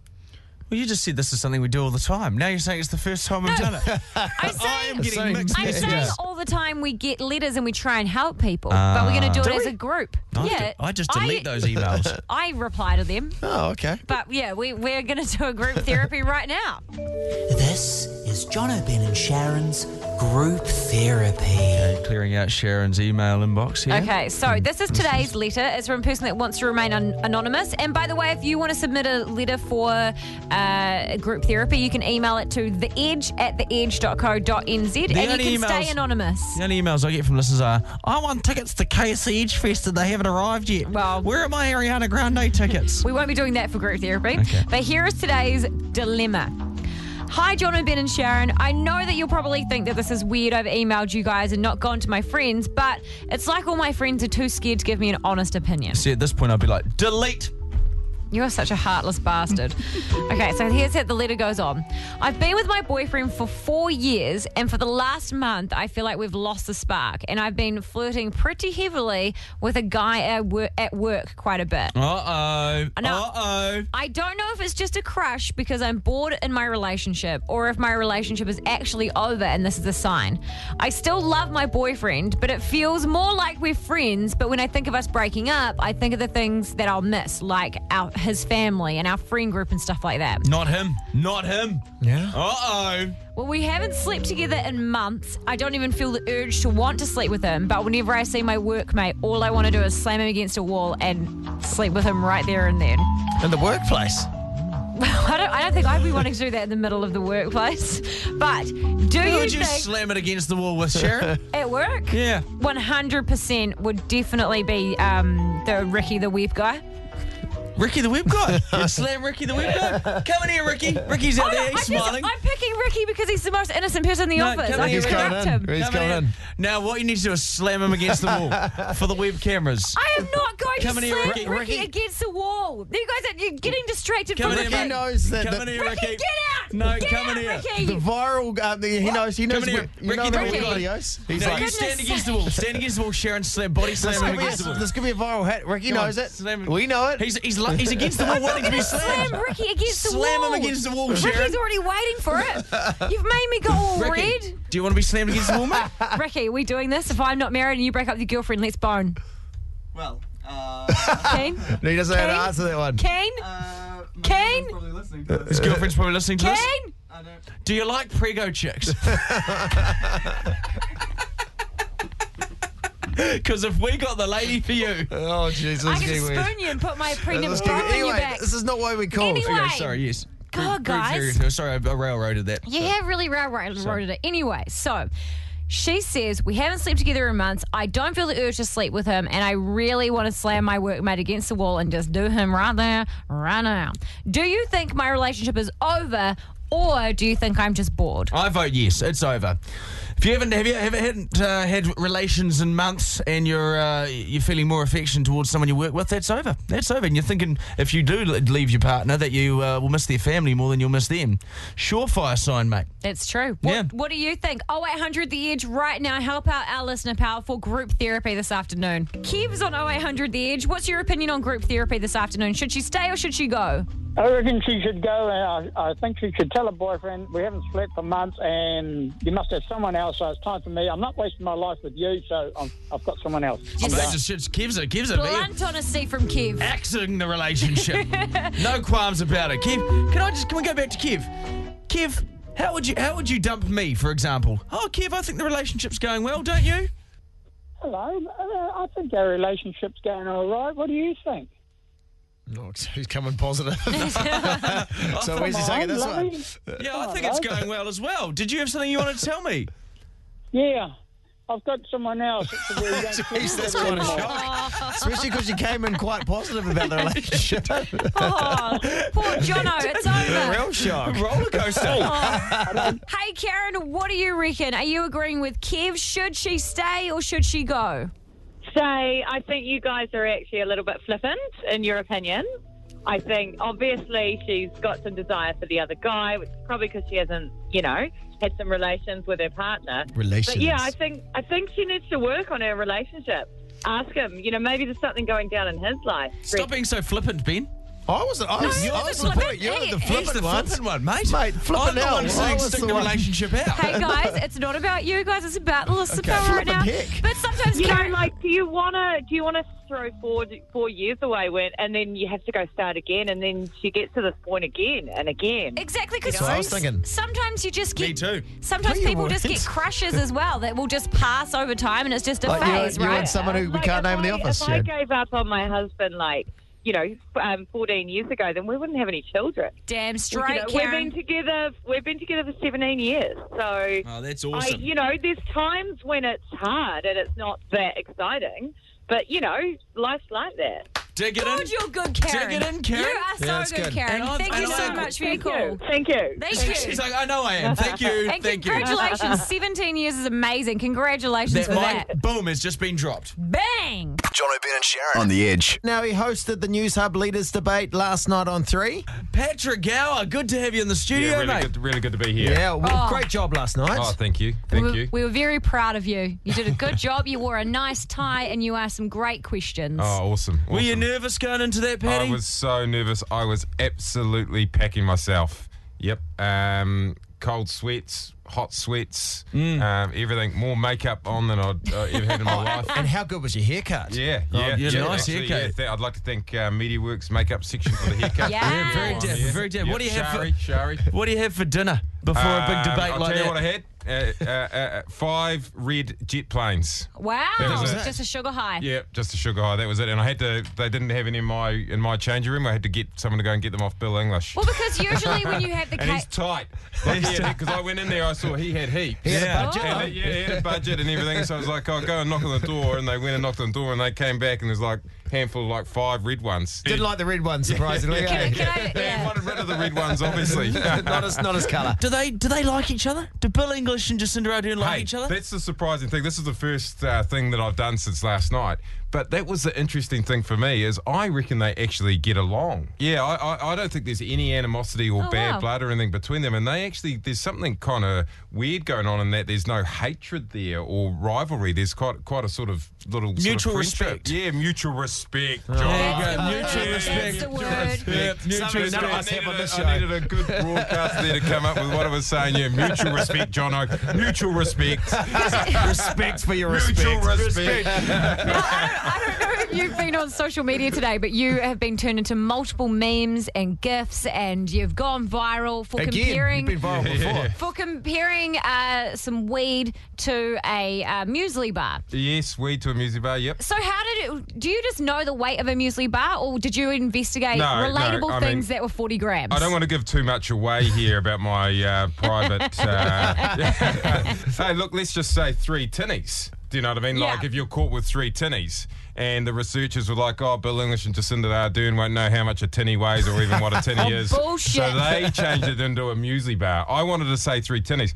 [SPEAKER 2] Well, you just said this is something we do all the time. Now you're saying it's the first time we've done
[SPEAKER 3] <laughs>
[SPEAKER 2] it.
[SPEAKER 4] I
[SPEAKER 2] I am getting
[SPEAKER 4] say,
[SPEAKER 3] Same.
[SPEAKER 2] mixed <laughs>
[SPEAKER 3] I'm
[SPEAKER 4] I'm
[SPEAKER 2] messages.
[SPEAKER 4] saying all the time we get letters and we try and help people, but we're going to do,
[SPEAKER 2] Ah. Do
[SPEAKER 4] it as
[SPEAKER 2] we?
[SPEAKER 4] a group.
[SPEAKER 2] I,
[SPEAKER 4] yeah,
[SPEAKER 2] I just delete those
[SPEAKER 3] <laughs>
[SPEAKER 2] emails.
[SPEAKER 4] I reply to them,
[SPEAKER 3] Oh, okay.
[SPEAKER 4] but yeah, we, we're going to do a group therapy right now.
[SPEAKER 9] This is John O'Brien and Sharon's group therapy.
[SPEAKER 2] Okay, clearing out Sharon's email inbox here.
[SPEAKER 4] Okay, so this is today's letter. It's from a person that wants to remain un- anonymous. And by the way, if you want to submit a letter for uh, group therapy, you can email it to theedge at theedge.co.nz and
[SPEAKER 2] only
[SPEAKER 4] you can stay
[SPEAKER 2] emails-
[SPEAKER 4] anonymous.
[SPEAKER 2] The only emails I get from listeners are, I want tickets to KFC Edge Fest and they haven't arrived yet.
[SPEAKER 4] Well-
[SPEAKER 2] where are my Ariana Grande tickets?
[SPEAKER 4] We won't be doing that for group therapy. But here is today's dilemma. Hi, John and Ben and Sharon. I know that you'll probably think that this is weird. I've emailed you guys and not gone to my friends, but it's like all my friends are too scared to give me an honest opinion.
[SPEAKER 2] See, at this point, I'd be like, delete.
[SPEAKER 4] You're such a heartless bastard. okay, so here's how the letter goes on. I've been with my boyfriend for four years, and for the last month, I feel like we've lost the spark. And I've been flirting pretty heavily with a guy at work, at work quite a bit.
[SPEAKER 2] Uh oh.
[SPEAKER 4] know.
[SPEAKER 2] Uh oh.
[SPEAKER 4] I don't know if it's just a crush because I'm bored in my relationship or if my relationship is actually over and this is a sign. I still love my boyfriend, but it feels more like we're friends. But when I think of us breaking up, I think of the things that I'll miss, like our, his family and our friend group and stuff like that.
[SPEAKER 2] Not him. Not
[SPEAKER 3] <laughs>
[SPEAKER 2] him.
[SPEAKER 3] Yeah.
[SPEAKER 2] Uh oh.
[SPEAKER 4] Well, we haven't slept together in months. I don't even feel the urge to want to sleep with him, but whenever I see my workmate, all I want to do is slam him against a wall and sleep with him right there and then.
[SPEAKER 3] In the workplace.
[SPEAKER 4] <laughs> I don't, I don't think I'd be wanting to do that in the middle of the workplace. But do
[SPEAKER 2] Who
[SPEAKER 4] you
[SPEAKER 2] would you
[SPEAKER 4] think
[SPEAKER 2] slam it against the wall with,
[SPEAKER 4] <laughs>
[SPEAKER 2] Sharon?
[SPEAKER 4] at work?
[SPEAKER 2] yeah.
[SPEAKER 4] 100% would definitely be um, the Ricky the Web guy.
[SPEAKER 2] Ricky the Web
[SPEAKER 4] <laughs>
[SPEAKER 2] guy. You'd slam Ricky the Web guy. Come in here, Ricky. Ricky's out
[SPEAKER 4] I
[SPEAKER 2] there.
[SPEAKER 4] don't- I
[SPEAKER 2] He's
[SPEAKER 4] just-
[SPEAKER 2] smiling.
[SPEAKER 4] Oh, I'm picking Ricky because he's the most innocent person in the
[SPEAKER 2] No,
[SPEAKER 4] office.
[SPEAKER 2] come
[SPEAKER 4] I
[SPEAKER 2] on,
[SPEAKER 4] can
[SPEAKER 2] he's going
[SPEAKER 4] corrupt
[SPEAKER 3] in.
[SPEAKER 4] him.
[SPEAKER 3] He's
[SPEAKER 2] Come
[SPEAKER 3] going
[SPEAKER 2] here.
[SPEAKER 3] in.
[SPEAKER 2] Now, what you need to do is slam him against the
[SPEAKER 4] <laughs>
[SPEAKER 2] wall for the web cameras.
[SPEAKER 4] I am not going
[SPEAKER 2] Come in
[SPEAKER 4] to
[SPEAKER 2] here,
[SPEAKER 4] slam
[SPEAKER 2] Ricky.
[SPEAKER 4] Ricky,
[SPEAKER 2] Ricky.
[SPEAKER 4] against the wall. You guys are you're getting distracted
[SPEAKER 2] Come
[SPEAKER 4] from
[SPEAKER 2] in here,
[SPEAKER 4] Ricky.
[SPEAKER 3] He
[SPEAKER 2] Ricky.
[SPEAKER 3] knows that
[SPEAKER 2] Come in
[SPEAKER 3] the,
[SPEAKER 2] here, Ricky.
[SPEAKER 4] Ricky, get out!
[SPEAKER 2] No,
[SPEAKER 4] get
[SPEAKER 2] come
[SPEAKER 4] out,
[SPEAKER 2] in here.
[SPEAKER 4] Ricky.
[SPEAKER 3] the viral. Uh, the, he knows. He knows.
[SPEAKER 2] Come in here.
[SPEAKER 3] where- You
[SPEAKER 2] Ricky
[SPEAKER 3] know
[SPEAKER 2] the
[SPEAKER 3] the
[SPEAKER 2] Web
[SPEAKER 3] web
[SPEAKER 2] guy.
[SPEAKER 3] videos. He's
[SPEAKER 2] No,
[SPEAKER 3] like,
[SPEAKER 2] you
[SPEAKER 4] goodness
[SPEAKER 2] stand against the
[SPEAKER 4] sake.
[SPEAKER 2] wall. Stand against the wall, Sharon. Slam. Body
[SPEAKER 3] this
[SPEAKER 2] slam him
[SPEAKER 3] could, be
[SPEAKER 2] against the
[SPEAKER 3] a,
[SPEAKER 2] wall.
[SPEAKER 3] this could be a viral hit. Ricky
[SPEAKER 2] Come on,
[SPEAKER 3] knows it.
[SPEAKER 2] slam him.
[SPEAKER 3] We know it.
[SPEAKER 2] He's, he's Sla- he's against the wall waiting to be
[SPEAKER 4] gonna slam
[SPEAKER 2] slammed.
[SPEAKER 4] Ricky against the
[SPEAKER 2] Slam
[SPEAKER 4] wall.
[SPEAKER 2] him against the wall, Sharon.
[SPEAKER 4] Ricky's already waiting for it. You've made me go all
[SPEAKER 2] Ricky, do you want to be slammed against the wall,
[SPEAKER 4] <laughs>
[SPEAKER 2] mate?
[SPEAKER 4] red. Ricky, are we doing this? If I'm not married and you break up with your girlfriend, let's bone.
[SPEAKER 10] Well, uh,
[SPEAKER 4] Keen?
[SPEAKER 3] No, he doesn't know how
[SPEAKER 4] Kane?
[SPEAKER 3] to answer that one.
[SPEAKER 4] Keen?
[SPEAKER 10] uh, my
[SPEAKER 4] Kane?
[SPEAKER 10] girlfriend's probably listening to
[SPEAKER 2] His
[SPEAKER 10] this.
[SPEAKER 2] girlfriend's probably listening to this.
[SPEAKER 4] Keen?
[SPEAKER 10] I don't.
[SPEAKER 2] Do you like prego
[SPEAKER 4] <laughs>
[SPEAKER 2] chicks? <laughs> Because if we got the lady for you,
[SPEAKER 3] Oh, Jesus.
[SPEAKER 4] I can spoon you and put my prenup
[SPEAKER 3] Let's
[SPEAKER 4] bra
[SPEAKER 3] get-
[SPEAKER 4] on your
[SPEAKER 3] anyway,
[SPEAKER 4] back.
[SPEAKER 3] this is not why we called.
[SPEAKER 4] Anyway.
[SPEAKER 2] Okay, sorry, yes.
[SPEAKER 4] God, guys.
[SPEAKER 2] theory. Sorry, I I railroaded that.
[SPEAKER 4] You have really railroaded it. Anyway, so she says, We haven't slept together in months. I don't feel the urge to sleep with him, and I really want to slam my workmate against the wall and just do him right there, right now. Do you think my relationship is over, or do you think I'm just bored?
[SPEAKER 2] I vote yes. It's over. If you haven't have you ever hadn't uh, had relations in months and you're uh, you're feeling more affection towards someone you work with, that's over. That's over. And you're thinking if you do le- leave your partner, that you uh, will miss their family more than you'll miss them. Surefire sign, mate.
[SPEAKER 4] It's true. What,
[SPEAKER 2] Yeah.
[SPEAKER 4] what do you think? 0800 The Edge right now. Help out our listener, Powerful Group Therapy this afternoon. Kev's on 0800 The Edge. What's your opinion on group therapy this afternoon? Should she stay or should she go?
[SPEAKER 11] I reckon she should go, and I, I think she should tell her boyfriend, we haven't slept for months, and you must have someone else, so it's time for me. I'm not wasting my life with you, so I'm, I've got someone else.
[SPEAKER 2] Mate, just, just gives it, gives it. man.
[SPEAKER 4] Blunt honesty from Kev.
[SPEAKER 2] Axing the relationship. no qualms about it. Kev, can I just can we go back to Kev? Kev, how would you how would you dump me, for example? Oh, Kev, I think the relationship's going well, don't you?
[SPEAKER 11] Hello, uh, I think our relationship's going all right. What do you think?
[SPEAKER 3] No, he's coming positive.
[SPEAKER 4] <laughs>
[SPEAKER 3] <laughs> so where's he
[SPEAKER 11] Come
[SPEAKER 3] taking
[SPEAKER 11] on,
[SPEAKER 3] this <laughs>
[SPEAKER 11] lovey.
[SPEAKER 3] one?
[SPEAKER 2] Yeah, I think it's going well as well. Did you have something you want to tell me?
[SPEAKER 11] Yeah, I've got someone else. It's a
[SPEAKER 12] <laughs>
[SPEAKER 11] really young
[SPEAKER 3] Jeez, that's
[SPEAKER 11] kid.
[SPEAKER 3] quite a shock. Especially because you came in quite positive about the relationship.
[SPEAKER 4] <laughs> Oh, poor Jono,
[SPEAKER 3] <laughs>
[SPEAKER 4] it's
[SPEAKER 3] a
[SPEAKER 4] over.
[SPEAKER 3] real
[SPEAKER 2] <laughs>
[SPEAKER 3] shock.
[SPEAKER 2] Roller
[SPEAKER 4] Oh.
[SPEAKER 2] coaster.
[SPEAKER 4] <laughs> Hey, Karen, what do you reckon? Are you agreeing with Kev? Should she stay or should she go?
[SPEAKER 12] say I think you guys are actually a little bit flippant in your opinion. I think obviously she's got some desire for the other guy, which is probably because she hasn't, you know, had some relations with her partner.
[SPEAKER 3] Relations.
[SPEAKER 12] But yeah, I think I think she needs to work on her relationship. Ask him, you know, maybe there's something going down in his life.
[SPEAKER 2] Stop being so flippant, Ben.
[SPEAKER 3] I wasn't. I was,
[SPEAKER 4] you're
[SPEAKER 3] I
[SPEAKER 4] the
[SPEAKER 3] was the point.
[SPEAKER 4] flippant.
[SPEAKER 3] You're
[SPEAKER 4] Hey,
[SPEAKER 3] the
[SPEAKER 4] he's
[SPEAKER 3] flippant
[SPEAKER 2] It's the
[SPEAKER 3] one.
[SPEAKER 2] flippant one, mate.
[SPEAKER 3] Mate, flippant
[SPEAKER 2] I'm the
[SPEAKER 3] out.
[SPEAKER 2] one
[SPEAKER 3] I
[SPEAKER 2] saying
[SPEAKER 3] was
[SPEAKER 2] stick
[SPEAKER 3] the
[SPEAKER 2] the
[SPEAKER 3] one.
[SPEAKER 2] relationship out.
[SPEAKER 3] <laughs>
[SPEAKER 4] Hey, guys, it's not about you guys, it's about the listener right
[SPEAKER 3] Flippin'
[SPEAKER 4] now.
[SPEAKER 3] heck.
[SPEAKER 4] But sometimes,
[SPEAKER 12] You know,
[SPEAKER 4] Karen,
[SPEAKER 12] like, do you wanna do you wanna throw four four years away when, and then you have to go start again, and then she gets to this point again and again.
[SPEAKER 4] Exactly, because
[SPEAKER 3] That's what I was thinking.
[SPEAKER 4] sometimes you just get.
[SPEAKER 2] Me too.
[SPEAKER 4] Sometimes
[SPEAKER 3] No, you
[SPEAKER 4] people just
[SPEAKER 3] weren't.
[SPEAKER 4] get crushes as well that will just pass over time, and it's just a
[SPEAKER 3] Like you-
[SPEAKER 4] phase,
[SPEAKER 3] you
[SPEAKER 4] right?
[SPEAKER 3] and someone who we
[SPEAKER 12] Like,
[SPEAKER 3] can't
[SPEAKER 12] if
[SPEAKER 3] name in the
[SPEAKER 12] I-
[SPEAKER 3] office.
[SPEAKER 12] If I
[SPEAKER 3] Sharon.
[SPEAKER 12] gave up on my husband, like you know, f- um, 14 years ago, then we wouldn't have any children.
[SPEAKER 4] Damn
[SPEAKER 12] You know,
[SPEAKER 4] straight,
[SPEAKER 12] we've
[SPEAKER 4] Karen.
[SPEAKER 12] been together. We've been together for 17 years. So,
[SPEAKER 2] Oh, that's
[SPEAKER 12] I,
[SPEAKER 2] awesome.
[SPEAKER 12] you know, there's times when it's hard and it's not that exciting. But you know, life's like that.
[SPEAKER 2] Dig it
[SPEAKER 4] God,
[SPEAKER 2] in. <laughs>
[SPEAKER 4] you're good, Karen.
[SPEAKER 2] Dig it in, Karen.
[SPEAKER 4] You are so
[SPEAKER 3] Yeah, it's
[SPEAKER 4] good,
[SPEAKER 3] good.
[SPEAKER 4] Karen.
[SPEAKER 2] And I'm-
[SPEAKER 4] Thank you
[SPEAKER 2] and
[SPEAKER 4] so
[SPEAKER 2] I'm-
[SPEAKER 4] much for your
[SPEAKER 12] Thank
[SPEAKER 4] call.
[SPEAKER 12] you. Thank you.
[SPEAKER 4] Thank you.
[SPEAKER 2] She's like, I know I am. Thank you.
[SPEAKER 4] And
[SPEAKER 2] Thank you. <laughs>
[SPEAKER 4] congratulations, 17 years is amazing. Congratulations
[SPEAKER 2] That
[SPEAKER 4] for that.
[SPEAKER 2] mic, boom, has just been dropped.
[SPEAKER 4] Bang!
[SPEAKER 5] John O'Brien and Sharon on the edge.
[SPEAKER 3] Now, he hosted the News Hub Leaders Debate last night on 3.
[SPEAKER 2] Patrick Gower, good to have you in the studio,
[SPEAKER 13] Yeah, really
[SPEAKER 2] mate.
[SPEAKER 13] good, really good to be here.
[SPEAKER 3] Yeah, well,
[SPEAKER 4] Oh.
[SPEAKER 3] great job last night.
[SPEAKER 13] Oh, thank you.
[SPEAKER 4] We
[SPEAKER 13] Thank
[SPEAKER 4] were,
[SPEAKER 13] you.
[SPEAKER 4] we were very proud of you. You did
[SPEAKER 3] <laughs>
[SPEAKER 4] a good job. You wore a nice tie and you asked some great questions.
[SPEAKER 13] oh, awesome.
[SPEAKER 2] Were you
[SPEAKER 13] awesome.
[SPEAKER 2] nervous going into that, Patty?
[SPEAKER 13] I was so nervous. I was absolutely packing myself. Yep. Um, cold sweats, hot sweats,
[SPEAKER 2] Mm.
[SPEAKER 13] um, everything. More makeup on than I'd uh,
[SPEAKER 2] <laughs>
[SPEAKER 13] ever had in my life.
[SPEAKER 3] And how good was your haircut?
[SPEAKER 13] Yeah, yeah,
[SPEAKER 2] you had a
[SPEAKER 13] yeah,
[SPEAKER 2] Oh, nice
[SPEAKER 13] actually,
[SPEAKER 2] haircut.
[SPEAKER 13] yeah, th- I'd like to thank uh, MediaWorks makeup section for the
[SPEAKER 2] <laughs>
[SPEAKER 13] haircut.
[SPEAKER 4] Yeah. Yeah, very
[SPEAKER 13] Oh,
[SPEAKER 2] def- very def- what do you have for-
[SPEAKER 13] Shari, Shari.
[SPEAKER 2] What do you have for dinner before a big
[SPEAKER 13] Um,
[SPEAKER 2] debate
[SPEAKER 13] I'll
[SPEAKER 2] like
[SPEAKER 13] tell you
[SPEAKER 2] that?
[SPEAKER 13] what I had. Uh, uh, uh, five red jet planes.
[SPEAKER 4] Wow,
[SPEAKER 13] That was it.
[SPEAKER 4] just a sugar high.
[SPEAKER 13] Yeah, just a sugar high. That was it. And I had to. They didn't have any in my in my changing room. I had to get someone to go and get them off Bill English.
[SPEAKER 4] Well, because usually when
[SPEAKER 3] <laughs>
[SPEAKER 4] you have the
[SPEAKER 13] and he's
[SPEAKER 4] cake,
[SPEAKER 13] tight. Because I went in there, I saw he had heat.
[SPEAKER 3] Yeah.
[SPEAKER 4] budget.
[SPEAKER 13] And they- yeah, he had a budget and everything. So I was like, oh, go and knock on the door. And they went and knocked on the door, and they came back, and there's like a handful of like five red ones.
[SPEAKER 3] Didn't like the red
[SPEAKER 13] <laughs>
[SPEAKER 3] one, surprisingly.
[SPEAKER 4] can, I-
[SPEAKER 3] eh? <laughs>
[SPEAKER 4] can I,
[SPEAKER 13] They
[SPEAKER 4] yeah.
[SPEAKER 13] wanted rid of the red ones, obviously.
[SPEAKER 3] not, as, not as colour.
[SPEAKER 2] Do they do they like each other? Do Bill English English and Jacinda Ardern like each other?
[SPEAKER 13] That's the surprising thing. This is the first uh, thing that I've done since last night. But that was the interesting thing for me is I reckon they actually get along. Yeah, I, I, I don't think there's any animosity or
[SPEAKER 14] Oh,
[SPEAKER 13] bad
[SPEAKER 14] wow.
[SPEAKER 13] blood or anything between them. And they actually there's something kind of weird going on in that there's no hatred there or rivalry. There's quite quite a sort of little sort of
[SPEAKER 2] Mutual
[SPEAKER 13] friendship.
[SPEAKER 2] respect.
[SPEAKER 13] Yeah, mutual respect.
[SPEAKER 2] There you
[SPEAKER 13] John.
[SPEAKER 2] go. Mutual That's the respect. word. Yep, mutual
[SPEAKER 13] Something that I
[SPEAKER 2] respect.
[SPEAKER 13] needed a- I needed a good broadcast there to come up with what I was saying. Yeah, mutual respect, John Oak. Mutual respect.
[SPEAKER 3] respect for your
[SPEAKER 13] Mutual respect.
[SPEAKER 4] if you've been on social media today, but you have been turned into multiple memes and gifs, and you've gone viral for
[SPEAKER 3] Again,
[SPEAKER 4] comparing.
[SPEAKER 3] you've been viral Yeah. before.
[SPEAKER 4] For comparing uh, some weed to a uh, muesli bar.
[SPEAKER 13] yes, weed to a music bar. Yep.
[SPEAKER 4] So how did it? Do you just know the weight of a muesli bar, or did you investigate
[SPEAKER 13] No, no,
[SPEAKER 4] relatable
[SPEAKER 13] I mean-
[SPEAKER 4] things that were forty grams?
[SPEAKER 13] I don't want to give too much away here about my uh, private. Uh, <laughs> hey, look, let's just say three tinnies. Do you know what I mean? Like, if you're caught with three tinnies, and the researchers were like, oh, Bill English and Jacinda Ardern won't know how much a tinny weighs or even what a tinny
[SPEAKER 4] Oh,
[SPEAKER 13] is.
[SPEAKER 4] bullshit.
[SPEAKER 13] So they changed it into a muesli bar. I wanted to say three tinnies.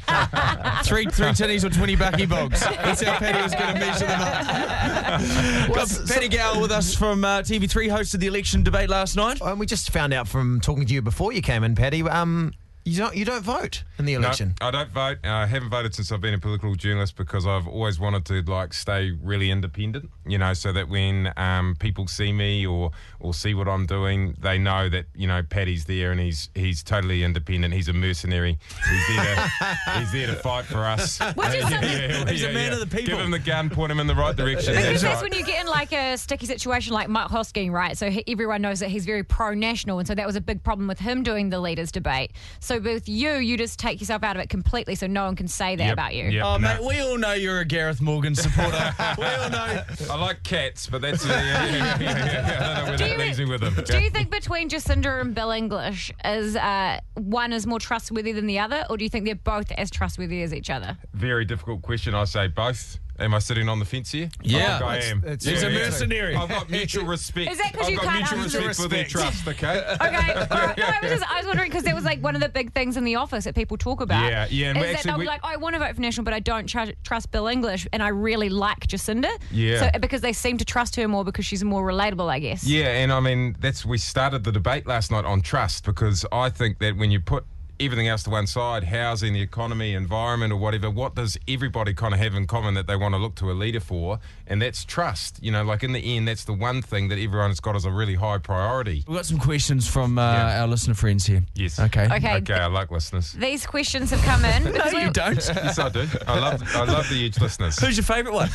[SPEAKER 2] three, three tinnies or 20 bucky bogs. <laughs> That's how Paddy was going to measure them <laughs> up. Got Paddy Gow with us from uh, TV3, hosted the election debate last night.
[SPEAKER 3] And we just found out from talking to you before you came in, Paddy. Um, you don't you don't vote in the
[SPEAKER 13] No,
[SPEAKER 3] election.
[SPEAKER 13] I don't vote. Uh, I haven't voted since I've been a political journalist because I've always wanted to like stay really independent, you know, so that when um, people see me or or see what I'm doing, they know that you know Paddy's there and he's he's totally independent. He's a mercenary. He's there
[SPEAKER 2] <laughs>
[SPEAKER 13] to, he's there to fight for us.
[SPEAKER 4] Which
[SPEAKER 13] <laughs>
[SPEAKER 4] is something-
[SPEAKER 2] He's a man of the people. uh,
[SPEAKER 13] Give him the gun, point him in the right direction.
[SPEAKER 4] Because
[SPEAKER 13] That's
[SPEAKER 4] that's
[SPEAKER 13] right.
[SPEAKER 4] when you get in like a sticky situation like Mark Hosking, right? So he, everyone knows that he's very pro national. And so that was a big problem with him doing the leaders' debate. So with you, you just take yourself out of it completely so no one can say that
[SPEAKER 13] Yep,
[SPEAKER 4] about you.
[SPEAKER 13] yep,
[SPEAKER 2] oh,
[SPEAKER 13] no.
[SPEAKER 2] mate, we all know you're a Gareth Morgan <laughs> supporter. we all know.
[SPEAKER 13] I like cats,
[SPEAKER 2] <laughs>
[SPEAKER 13] but that's uh, yeah, yeah, yeah, yeah. I don't know where
[SPEAKER 4] Do
[SPEAKER 13] that
[SPEAKER 4] you-
[SPEAKER 13] leaves me with them.
[SPEAKER 4] Do you think between Jacinda and Bill English is uh, one is more trustworthy than the other, or do you think they're both as trustworthy as each other?
[SPEAKER 13] Very difficult question. I say both. Am I sitting on the fence here?
[SPEAKER 2] Yeah.
[SPEAKER 13] I, think I
[SPEAKER 2] It's-
[SPEAKER 13] am.
[SPEAKER 2] it's- He's a mercenary.
[SPEAKER 13] <laughs> I've got <laughs> mutual respect.
[SPEAKER 4] Is that 'cause
[SPEAKER 13] I've
[SPEAKER 4] you
[SPEAKER 13] got
[SPEAKER 4] can't
[SPEAKER 13] mutual
[SPEAKER 4] answer?
[SPEAKER 13] respect for their trust, okay?
[SPEAKER 4] Okay, all right. No, I was just I was wondering because that was like one of the big things in the office that people talk about.
[SPEAKER 13] Yeah, yeah,
[SPEAKER 4] Is
[SPEAKER 13] and we
[SPEAKER 4] that
[SPEAKER 13] actually-
[SPEAKER 4] they'll be
[SPEAKER 13] we-
[SPEAKER 4] like, I want to vote for National, but I don't tr- trust Bill English, and I really like Jacinda.
[SPEAKER 13] Yeah.
[SPEAKER 4] So because they seem to trust her more because she's more relatable, I guess.
[SPEAKER 13] <laughs> Yeah, and I mean that's we started the debate last night on trust because I think that when you put everything else to one side, housing, the economy, environment or whatever, what does everybody kind of have in common that they want to look to a leader for? And that's trust. You know, like in the end that's the one thing that everyone's got as a really high priority.
[SPEAKER 2] We've got some questions from uh, our listener friends here.
[SPEAKER 13] Yes.
[SPEAKER 2] Okay.
[SPEAKER 4] Okay.
[SPEAKER 13] Okay, I like listeners.
[SPEAKER 4] These questions have come in.
[SPEAKER 2] No, you don't.
[SPEAKER 13] <laughs> yes, I do. I love
[SPEAKER 2] <laughs>
[SPEAKER 13] I love the huge listeners.
[SPEAKER 2] Who's your favourite one?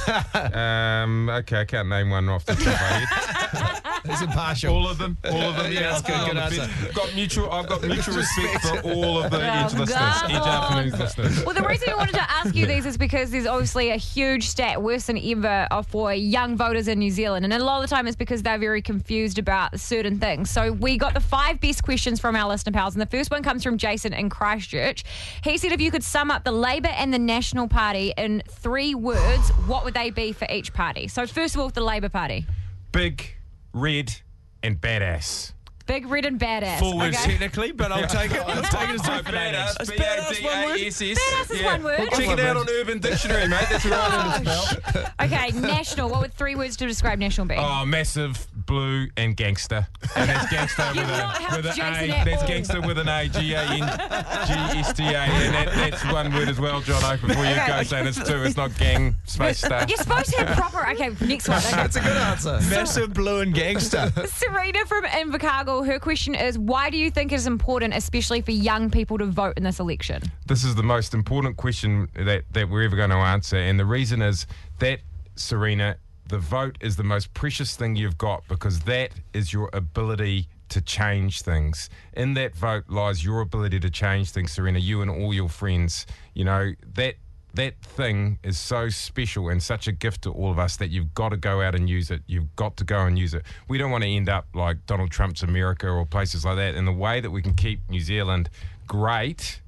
[SPEAKER 13] Um, okay, I can't name one off the top of my head.
[SPEAKER 3] It's impartial.
[SPEAKER 13] All of them, all of them. Yeah,
[SPEAKER 2] That's good,
[SPEAKER 13] I'm
[SPEAKER 2] good
[SPEAKER 13] on the
[SPEAKER 2] answer.
[SPEAKER 13] fence. Got mutual. I've got mutual respect for all of the
[SPEAKER 4] Well
[SPEAKER 13] edge listeners, edge
[SPEAKER 4] done.
[SPEAKER 13] afternoons listeners.
[SPEAKER 4] Well, the reason I wanted to ask you these is because there's obviously a huge stat, worse than ever, uh, for young voters in New Zealand. And a lot of the time it's because they're very confused about certain things. So we got the five best questions from our listener pals. And the first one comes from Jason in Christchurch. He said, if you could sum up the Labour and the National Party in three words, what would they be for each party? So, first of all, the Labour Party.
[SPEAKER 13] Big, red, and badass.
[SPEAKER 4] Big, red, and badass.
[SPEAKER 13] <laughs>
[SPEAKER 2] Forward
[SPEAKER 4] okay?
[SPEAKER 2] technically, but I'll take it. <laughs> I'll take it as two for
[SPEAKER 13] Badass,
[SPEAKER 2] It's
[SPEAKER 13] B-A-D-A-S-S.
[SPEAKER 2] badass, one word.
[SPEAKER 4] Badass is one word. Oh
[SPEAKER 13] Check it out on Urban Dictionary, mate. That's right on the spell.
[SPEAKER 4] Okay, National. What would three words to describe National be?
[SPEAKER 13] Oh, massive, blue, and gangster. And
[SPEAKER 4] <laughs>
[SPEAKER 13] that's gangster with a with an
[SPEAKER 4] Jason
[SPEAKER 13] A.
[SPEAKER 4] at
[SPEAKER 13] That's
[SPEAKER 4] all.
[SPEAKER 13] gangster with an A. G A N G S T A. And that, that's one word as well, John. Oak, Before you
[SPEAKER 4] Okay.
[SPEAKER 13] go saying it's two, it's not gang, space star.
[SPEAKER 4] You're supposed to have proper. Okay, next one. Okay.
[SPEAKER 13] <laughs>
[SPEAKER 3] a good answer.
[SPEAKER 2] Massive blue and gangster.
[SPEAKER 4] Serena from Invercargill, her question is why do you think it's important, especially for young people, to vote in this election?
[SPEAKER 13] this is the most important question that, that we're ever going to answer. And the reason is that, Serena, the vote is the most precious thing you've got because that is your ability to change things. In that vote lies your ability to change things, Serena, you and all your friends. You know, that. That thing is so special and such a gift to all of us that you've got to go out and use it. You've got to go and use it. We don't want to end up like Donald Trump's America or places like that. And the way that we can keep New Zealand great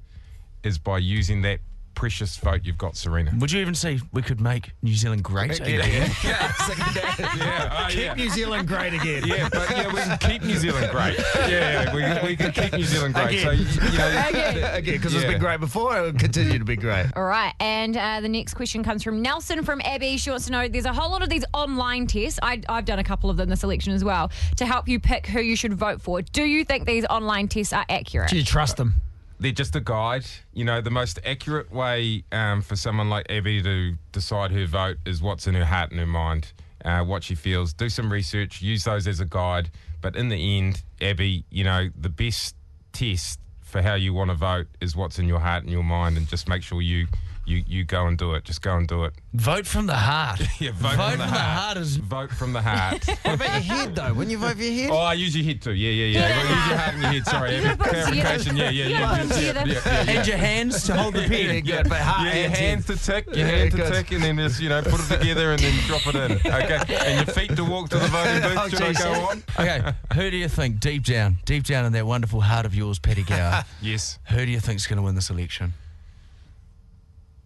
[SPEAKER 13] is by using that precious vote you've got, Serena.
[SPEAKER 2] Would you even say we could make New Zealand great
[SPEAKER 13] Yeah.
[SPEAKER 2] again?
[SPEAKER 13] Yeah, oh,
[SPEAKER 3] Keep
[SPEAKER 13] yeah.
[SPEAKER 3] New Zealand great again.
[SPEAKER 13] Yeah, but yeah, we can keep New Zealand great. Yeah, yeah, we, can- we can keep New Zealand great. So, you,
[SPEAKER 3] Again.
[SPEAKER 13] you know,
[SPEAKER 3] Again. <laughs> Again, because it's
[SPEAKER 13] Yeah.
[SPEAKER 3] been great before. It'll continue to be great.
[SPEAKER 4] All right, and uh, the next question comes from Nelson from Abby. She wants to know there's a whole lot of these online tests. I, I've done a couple of them this election as well to help you pick who you should vote for. Do you think these online tests are accurate?
[SPEAKER 3] trust them?
[SPEAKER 13] They're just a guide. You know, the most accurate way um, for someone like Abby to decide her vote is what's in her heart and her mind, uh, what she feels. Do some research, use those as a guide. But in the end, Abby, you know, the best test for how you want to vote is what's in your heart and your mind, and just make sure you you you go and do it. Just go and do it.
[SPEAKER 2] Vote from the heart.
[SPEAKER 13] <laughs> yeah, vote,
[SPEAKER 2] Vote
[SPEAKER 13] from the
[SPEAKER 2] from the
[SPEAKER 13] heart.
[SPEAKER 2] heart
[SPEAKER 13] is vote from the heart.
[SPEAKER 3] What about your head, though? Wouldn't you vote for your head?
[SPEAKER 13] Oh, I use your head too. Yeah, yeah, yeah. Well, use your heart and your head. Sorry, Abby. clarification. Yeah, yeah, yeah. yeah, yeah, yeah, yeah.
[SPEAKER 2] And your hands to hold the pen.
[SPEAKER 13] Yeah, yeah, your hands to tick, your
[SPEAKER 2] Yeah,
[SPEAKER 13] hand to
[SPEAKER 2] good.
[SPEAKER 13] tick, and then just you know put it together and then drop it in. Okay, and your feet to walk to the voting booth. Should I go on?
[SPEAKER 2] Okay, who do you think, deep down, deep down in that wonderful heart of yours, Petty Gower,
[SPEAKER 13] <laughs> yes.
[SPEAKER 2] who do you think's going to win this election?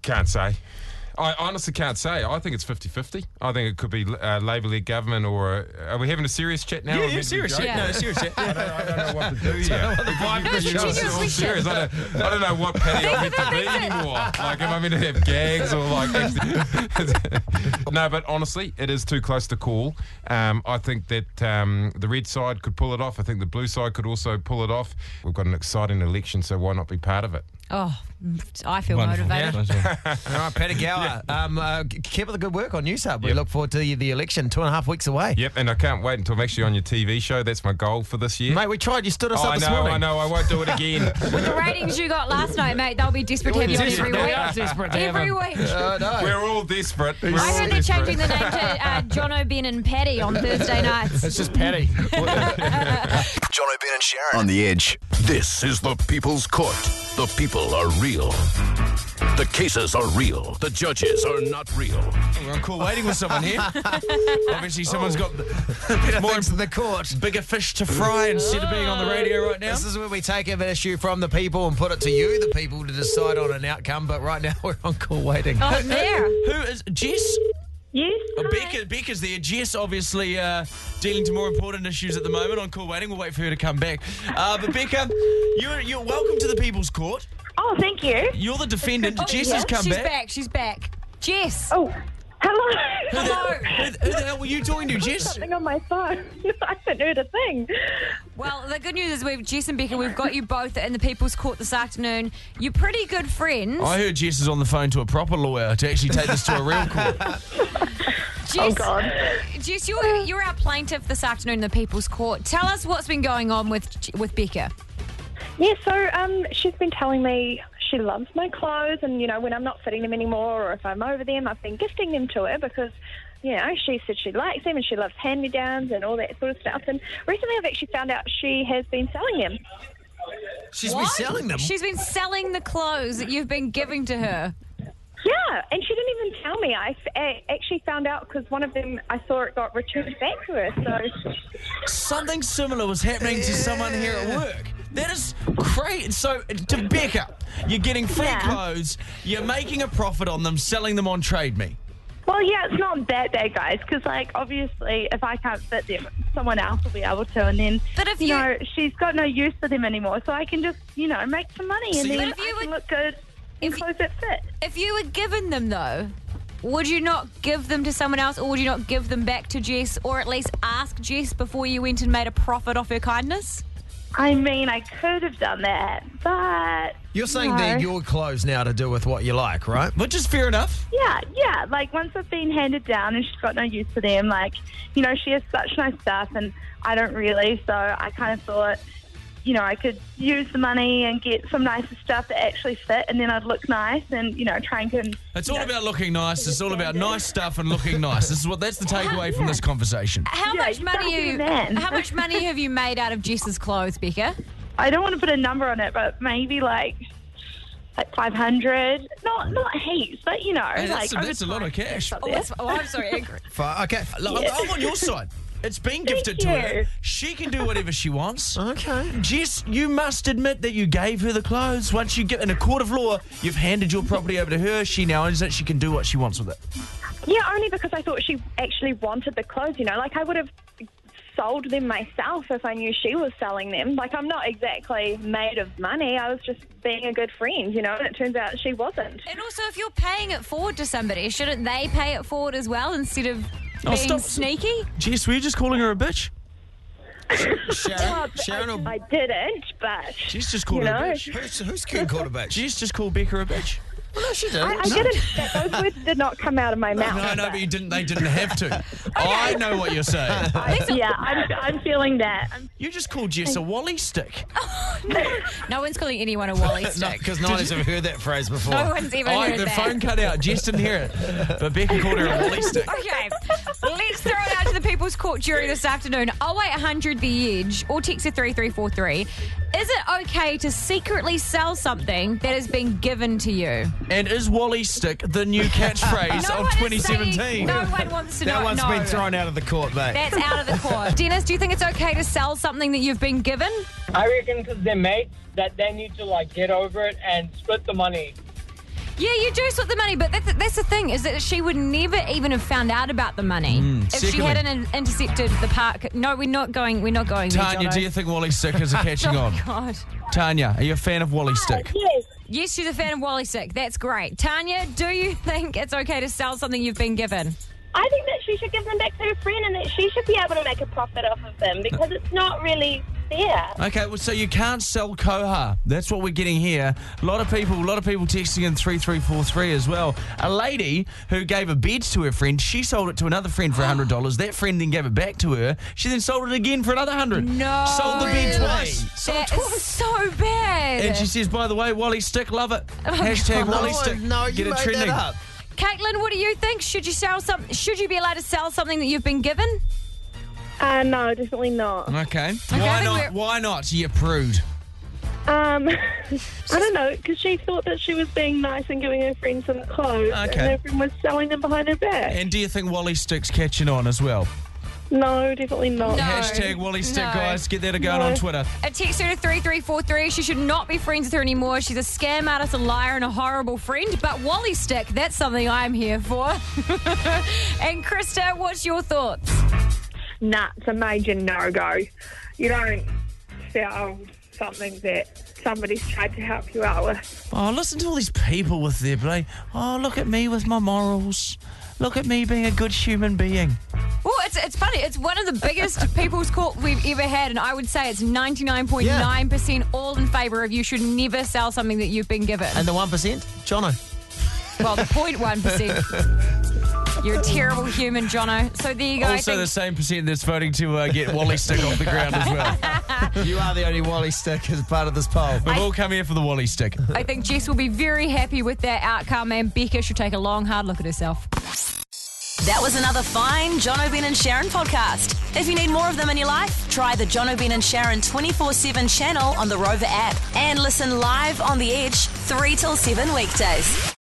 [SPEAKER 13] Can't say. I honestly can't say. I think it's 50-50. I think it could be uh, Labour-led government, or uh, are we having a serious chat now?
[SPEAKER 2] Yeah,
[SPEAKER 13] Are we
[SPEAKER 2] yeah,
[SPEAKER 13] meant to be
[SPEAKER 2] serious
[SPEAKER 13] joking?
[SPEAKER 2] chat. No, serious chat.
[SPEAKER 13] <laughs> I, don't, I don't know what to do
[SPEAKER 2] Sorry,
[SPEAKER 13] here.
[SPEAKER 2] what the vibe
[SPEAKER 13] You
[SPEAKER 2] is.
[SPEAKER 13] know,
[SPEAKER 2] She's
[SPEAKER 13] it's
[SPEAKER 2] just
[SPEAKER 13] all
[SPEAKER 2] we should.
[SPEAKER 13] serious. I don't, I don't know what Patty I'm meant to be anymore. Like, am I meant to have gags or like? actually- no, but honestly, it is too close to call. Um, I think that um, the red side could pull it off. I think the blue side could also pull it off. We've got an exciting election, so why not be part of it?
[SPEAKER 4] Oh, I feel motivated.
[SPEAKER 3] All right, Peter Gower. Um, uh, g- keep up the good work on News Hub. We look forward to the- the election two and a half weeks away.
[SPEAKER 13] Yep, and I can't wait until I'm actually on your TV show. That's my goal for this year.
[SPEAKER 3] Mate, we tried. You stood us
[SPEAKER 13] Oh,
[SPEAKER 3] up
[SPEAKER 13] I
[SPEAKER 3] this
[SPEAKER 13] know,
[SPEAKER 3] morning.
[SPEAKER 13] I know. I won't do it again.
[SPEAKER 3] <laughs>
[SPEAKER 4] With the ratings you got last night, mate, they'll be desperate to have you on every
[SPEAKER 13] Desperate.
[SPEAKER 4] week.
[SPEAKER 13] They are desperate to have
[SPEAKER 4] Every
[SPEAKER 13] him.
[SPEAKER 4] week.
[SPEAKER 13] We're all desperate. We're
[SPEAKER 4] I
[SPEAKER 13] all
[SPEAKER 4] heard they're
[SPEAKER 13] desperate.
[SPEAKER 4] changing the name to uh, John O'Ben and
[SPEAKER 2] <laughs>
[SPEAKER 4] Patty on Thursday nights.
[SPEAKER 3] It's just
[SPEAKER 13] <laughs>
[SPEAKER 3] Patty. <laughs>
[SPEAKER 5] John O'Brien and Sharon on the edge. This is the People's Court. The people are real. The cases are real. The judges are not real.
[SPEAKER 2] <laughs> We're on call waiting with someone here. Obviously, someone's got <laughs> got
[SPEAKER 3] more to the court.
[SPEAKER 2] Bigger fish to fry instead of being on the radio right now.
[SPEAKER 3] This is where we take an issue from the people and put it to you, the people, to decide on an outcome. But right now, <laughs> we're on call waiting.
[SPEAKER 13] Uh,
[SPEAKER 4] Oh, there.
[SPEAKER 2] Who is Jess?
[SPEAKER 12] Yes.
[SPEAKER 2] Becca, Becca's there. Jess, obviously, uh, dealing to more important issues at the moment on call waiting. We'll wait for her to come back. Uh, but Becca, you're, you're welcome to the People's Court.
[SPEAKER 12] Oh, thank you.
[SPEAKER 2] You're the
[SPEAKER 12] <laughs>
[SPEAKER 2] defendant.
[SPEAKER 4] Oh,
[SPEAKER 2] Jess
[SPEAKER 4] yeah.
[SPEAKER 2] has come
[SPEAKER 4] she's
[SPEAKER 2] back.
[SPEAKER 4] back. She's back. Jess.
[SPEAKER 12] Oh,
[SPEAKER 14] <laughs>
[SPEAKER 12] hello.
[SPEAKER 2] Who the, who the- who the hell were you talking
[SPEAKER 12] <laughs>
[SPEAKER 2] to, Jess?
[SPEAKER 12] Something on my
[SPEAKER 14] <laughs>
[SPEAKER 12] phone. I haven't heard a thing.
[SPEAKER 4] Well, the good news is we've Jess and Becca, we've got you both in the People's Court this afternoon. You're pretty good friends.
[SPEAKER 2] I heard Jess is on the phone to a proper lawyer to actually take this to a real court.
[SPEAKER 4] Jess, Jess, you're you're our plaintiff this afternoon in the People's Court. Tell us what's been going on with with Becca.
[SPEAKER 14] Yeah, so um, she's been telling me she loves my clothes, and you know, when I'm not fitting them anymore, or if I'm over them, I've been gifting them to her because, you know, she said she likes them and she loves hand me downs and all that sort of stuff. And recently, I've actually found out she has been selling them.
[SPEAKER 3] She's
[SPEAKER 4] What?
[SPEAKER 2] Um,
[SPEAKER 4] She's been selling the clothes that you've been giving to her.
[SPEAKER 14] Yeah, and she didn't even tell me. I, f- I actually found out because one of them I saw it got returned back to her. So
[SPEAKER 2] Something similar was happening to someone here at work. That is crazy. So, to Becca, you're getting free clothes, you're making a profit on them, selling them on Trade Me.
[SPEAKER 14] Well, yeah, it's not that bad, guys, because like obviously, if I can't fit them, someone else will be able to, and then
[SPEAKER 4] but if
[SPEAKER 14] you,
[SPEAKER 4] you-
[SPEAKER 14] know she's got no use for them anymore, so I can just you know make some money and
[SPEAKER 4] See-
[SPEAKER 14] then
[SPEAKER 4] But if you
[SPEAKER 14] I can look good in clothes that fit.
[SPEAKER 4] If you were given them though, would you not give them to someone else, or would you not give them back to Jess, or at least ask Jess before you went and made a profit off her kindness?
[SPEAKER 14] I mean, I could have done that, but
[SPEAKER 3] You're saying
[SPEAKER 14] no.
[SPEAKER 3] they're your clothes now to do with what you like, right?
[SPEAKER 2] Which is fair enough.
[SPEAKER 14] Yeah, yeah. Like once I've been handed down and she's got no use for them, like, you know, she has such nice stuff and I don't really, so I kind of thought, you know, I could use the money and get some nicer stuff that actually fit and then I'd look nice and, you know, try and get
[SPEAKER 2] It's all about looking nice. It's all about nice stuff and looking nice. This is what
[SPEAKER 14] <laughs>
[SPEAKER 2] that's the takeaway from this conversation.
[SPEAKER 4] How much money
[SPEAKER 14] exactly,
[SPEAKER 4] you,
[SPEAKER 14] man.
[SPEAKER 4] How much money have you made out of Jess's clothes, Becca?
[SPEAKER 14] I don't want to put a number on it, but maybe like like 500. Not not heaps, but, you know,
[SPEAKER 2] Hey,
[SPEAKER 14] like
[SPEAKER 2] that's, a,
[SPEAKER 14] over
[SPEAKER 2] that's a lot of cash.
[SPEAKER 4] Oh, that's, oh I'm sorry. angry.
[SPEAKER 3] Fi- okay.
[SPEAKER 2] Look, I'm, I'm on your side. It's been
[SPEAKER 14] Thank
[SPEAKER 2] gifted to her.
[SPEAKER 14] you.
[SPEAKER 2] She can do whatever she wants.
[SPEAKER 3] Okay.
[SPEAKER 2] Jess, you must admit that you gave her the clothes. Once you get in a court of law, you've handed your property over to her. She now owns it. She can do what she wants with it.
[SPEAKER 14] Yeah, only because I thought she actually wanted the clothes, you know. Like, I would have sold them myself if I knew she was selling them. Like, I'm not exactly made of money. I was just being a good friend, you know, and it turns out she wasn't.
[SPEAKER 4] And also, if you're paying it forward to somebody, shouldn't they pay it forward as well instead of
[SPEAKER 2] Oh,
[SPEAKER 4] being
[SPEAKER 2] stop.
[SPEAKER 4] sneaky?
[SPEAKER 2] Jess, were you just calling her a bitch?
[SPEAKER 14] Sharon, I, I didn't, but.
[SPEAKER 2] She's just called
[SPEAKER 14] you
[SPEAKER 2] her
[SPEAKER 14] know,
[SPEAKER 2] a bitch.
[SPEAKER 3] Who's, who's Ken called a bitch?
[SPEAKER 2] Jess just called Becca a bitch.
[SPEAKER 3] Well, no, she didn't.
[SPEAKER 14] I, I
[SPEAKER 2] <laughs>
[SPEAKER 14] didn't. that- Those words did not come out of my mouth.
[SPEAKER 2] No, no, but you didn't. They didn't have
[SPEAKER 4] <laughs>
[SPEAKER 2] to. I know what you're saying.
[SPEAKER 14] yeah, I'm, I'm feeling that. I'm
[SPEAKER 2] You just called Jess a wally stick.
[SPEAKER 4] No one's calling anyone
[SPEAKER 2] <laughs>
[SPEAKER 4] a Wally stick.
[SPEAKER 3] Because no one has ever heard that phrase before.
[SPEAKER 4] No one's ever
[SPEAKER 2] Oh,
[SPEAKER 4] heard
[SPEAKER 2] the
[SPEAKER 4] that.
[SPEAKER 2] phone cut out. Jess didn't hear it. But Becca called her a
[SPEAKER 4] <laughs>
[SPEAKER 2] wally stick.
[SPEAKER 4] Okay, let's throw it out to the People's Court jury this afternoon. 0800 The Edge or text to 3343. Is it okay to secretly sell something that has been given to you?
[SPEAKER 2] And is wally stick the new catchphrase
[SPEAKER 4] No
[SPEAKER 2] of
[SPEAKER 4] one is
[SPEAKER 2] 2017?
[SPEAKER 4] saying- no one wants to
[SPEAKER 3] That
[SPEAKER 4] know.
[SPEAKER 3] one's
[SPEAKER 4] no.
[SPEAKER 3] been thrown out of the court, mate.
[SPEAKER 4] That's out of
[SPEAKER 3] <laughs>
[SPEAKER 4] the court. Dennis, do you think it's okay to sell something that you've been given?
[SPEAKER 15] I reckon because they're mates that they need to like get over it and split the money.
[SPEAKER 4] Yeah, you do split the money, but that's, that's the thing is that she would never even have found out about the money
[SPEAKER 2] Mm,
[SPEAKER 3] Hmm,
[SPEAKER 4] if she
[SPEAKER 2] secondly-
[SPEAKER 4] hadn't in- intercepted the park. No, we're not going. We're not going.
[SPEAKER 2] Tanya,
[SPEAKER 4] there,
[SPEAKER 2] do you think wally stick is a catching
[SPEAKER 4] oh,
[SPEAKER 2] on?
[SPEAKER 4] <laughs> God.
[SPEAKER 2] Tanya, are you a fan of wally stick?
[SPEAKER 4] Yes. Yes, she's a fan of Wally Sick. That's great. Tanya, do you <laughs> think it's okay to sell something you've been given?
[SPEAKER 16] I think that she should give them back to her friend and that she should be able to make a profit off of them because it's not really fair.
[SPEAKER 2] Okay, well, so you can't sell Koha. That's what we're getting here. A lot of people, a lot of people texting in three three four three as well. A lady who gave a bed to her friend, she sold it to another friend for hundred dollars. That friend then gave it back to her. She then sold it again for another hundred.
[SPEAKER 4] No.
[SPEAKER 2] sold the bed twice.
[SPEAKER 4] Sold twice. so bad.
[SPEAKER 2] And she says, by the way, Wally Stick, love it. Hashtag
[SPEAKER 3] God.
[SPEAKER 2] Wally
[SPEAKER 3] Oh, No,
[SPEAKER 2] Stick.
[SPEAKER 3] no, you
[SPEAKER 2] Get
[SPEAKER 3] made
[SPEAKER 2] it
[SPEAKER 3] that
[SPEAKER 2] trending.
[SPEAKER 3] up.
[SPEAKER 4] Caitlin, what do you think? Should you sell some? Should you be allowed to sell something that you've been given?
[SPEAKER 16] Uh, no, definitely not.
[SPEAKER 2] Okay.
[SPEAKER 16] I
[SPEAKER 2] Why
[SPEAKER 16] think
[SPEAKER 2] not?
[SPEAKER 16] we're-
[SPEAKER 2] Why not? You prude.
[SPEAKER 16] Um, <laughs> I don't know, because she thought that she was being nice and giving her friend some clothes,
[SPEAKER 2] Okay.
[SPEAKER 16] and her friend was selling them behind her back.
[SPEAKER 2] And do you think Wally Stick's catching on as well?
[SPEAKER 16] No, definitely not.
[SPEAKER 2] Hashtag Wally Stick,
[SPEAKER 4] No.
[SPEAKER 2] guys. Get that a going
[SPEAKER 4] No.
[SPEAKER 2] on Twitter.
[SPEAKER 4] A text her to 3343. She should not be friends with her anymore. She's a scam artist, a liar, and a horrible friend. But Wally Stick, that's something I'm here for. <laughs> and Krista, what's your thoughts?
[SPEAKER 17] Nah, it's a major no go. You don't sell something that somebody's tried to help you out with.
[SPEAKER 2] Oh, listen to all these people with their play. Oh, look at me with my morals. Look at me being a good human being.
[SPEAKER 4] Well, it's, it's funny. It's one of the biggest people's court we've ever had, and I would say it's 99.9% all in favour of you should never sell something that you've been given.
[SPEAKER 3] And the 1%? Jono.
[SPEAKER 4] Well, the 0.1%. You're a terrible human, Jono. So there you go. I
[SPEAKER 2] also,
[SPEAKER 4] think-
[SPEAKER 2] the same percent that's voting to uh, get Wally Stick off the ground as
[SPEAKER 4] <laughs>
[SPEAKER 2] well.
[SPEAKER 3] you are the only Wally Stick as part of this poll.
[SPEAKER 2] We've all come here for the Wally Stick.
[SPEAKER 4] I think Jess will be very happy with that outcome, and Becca should take a long, hard look at herself.
[SPEAKER 18] That was another fine John O'Brien and Sharon podcast. If you need more of them in your life, try the John O'Brien and Sharon 24 7 channel on the Rover app and listen live on The Edge 3 till 7 weekdays.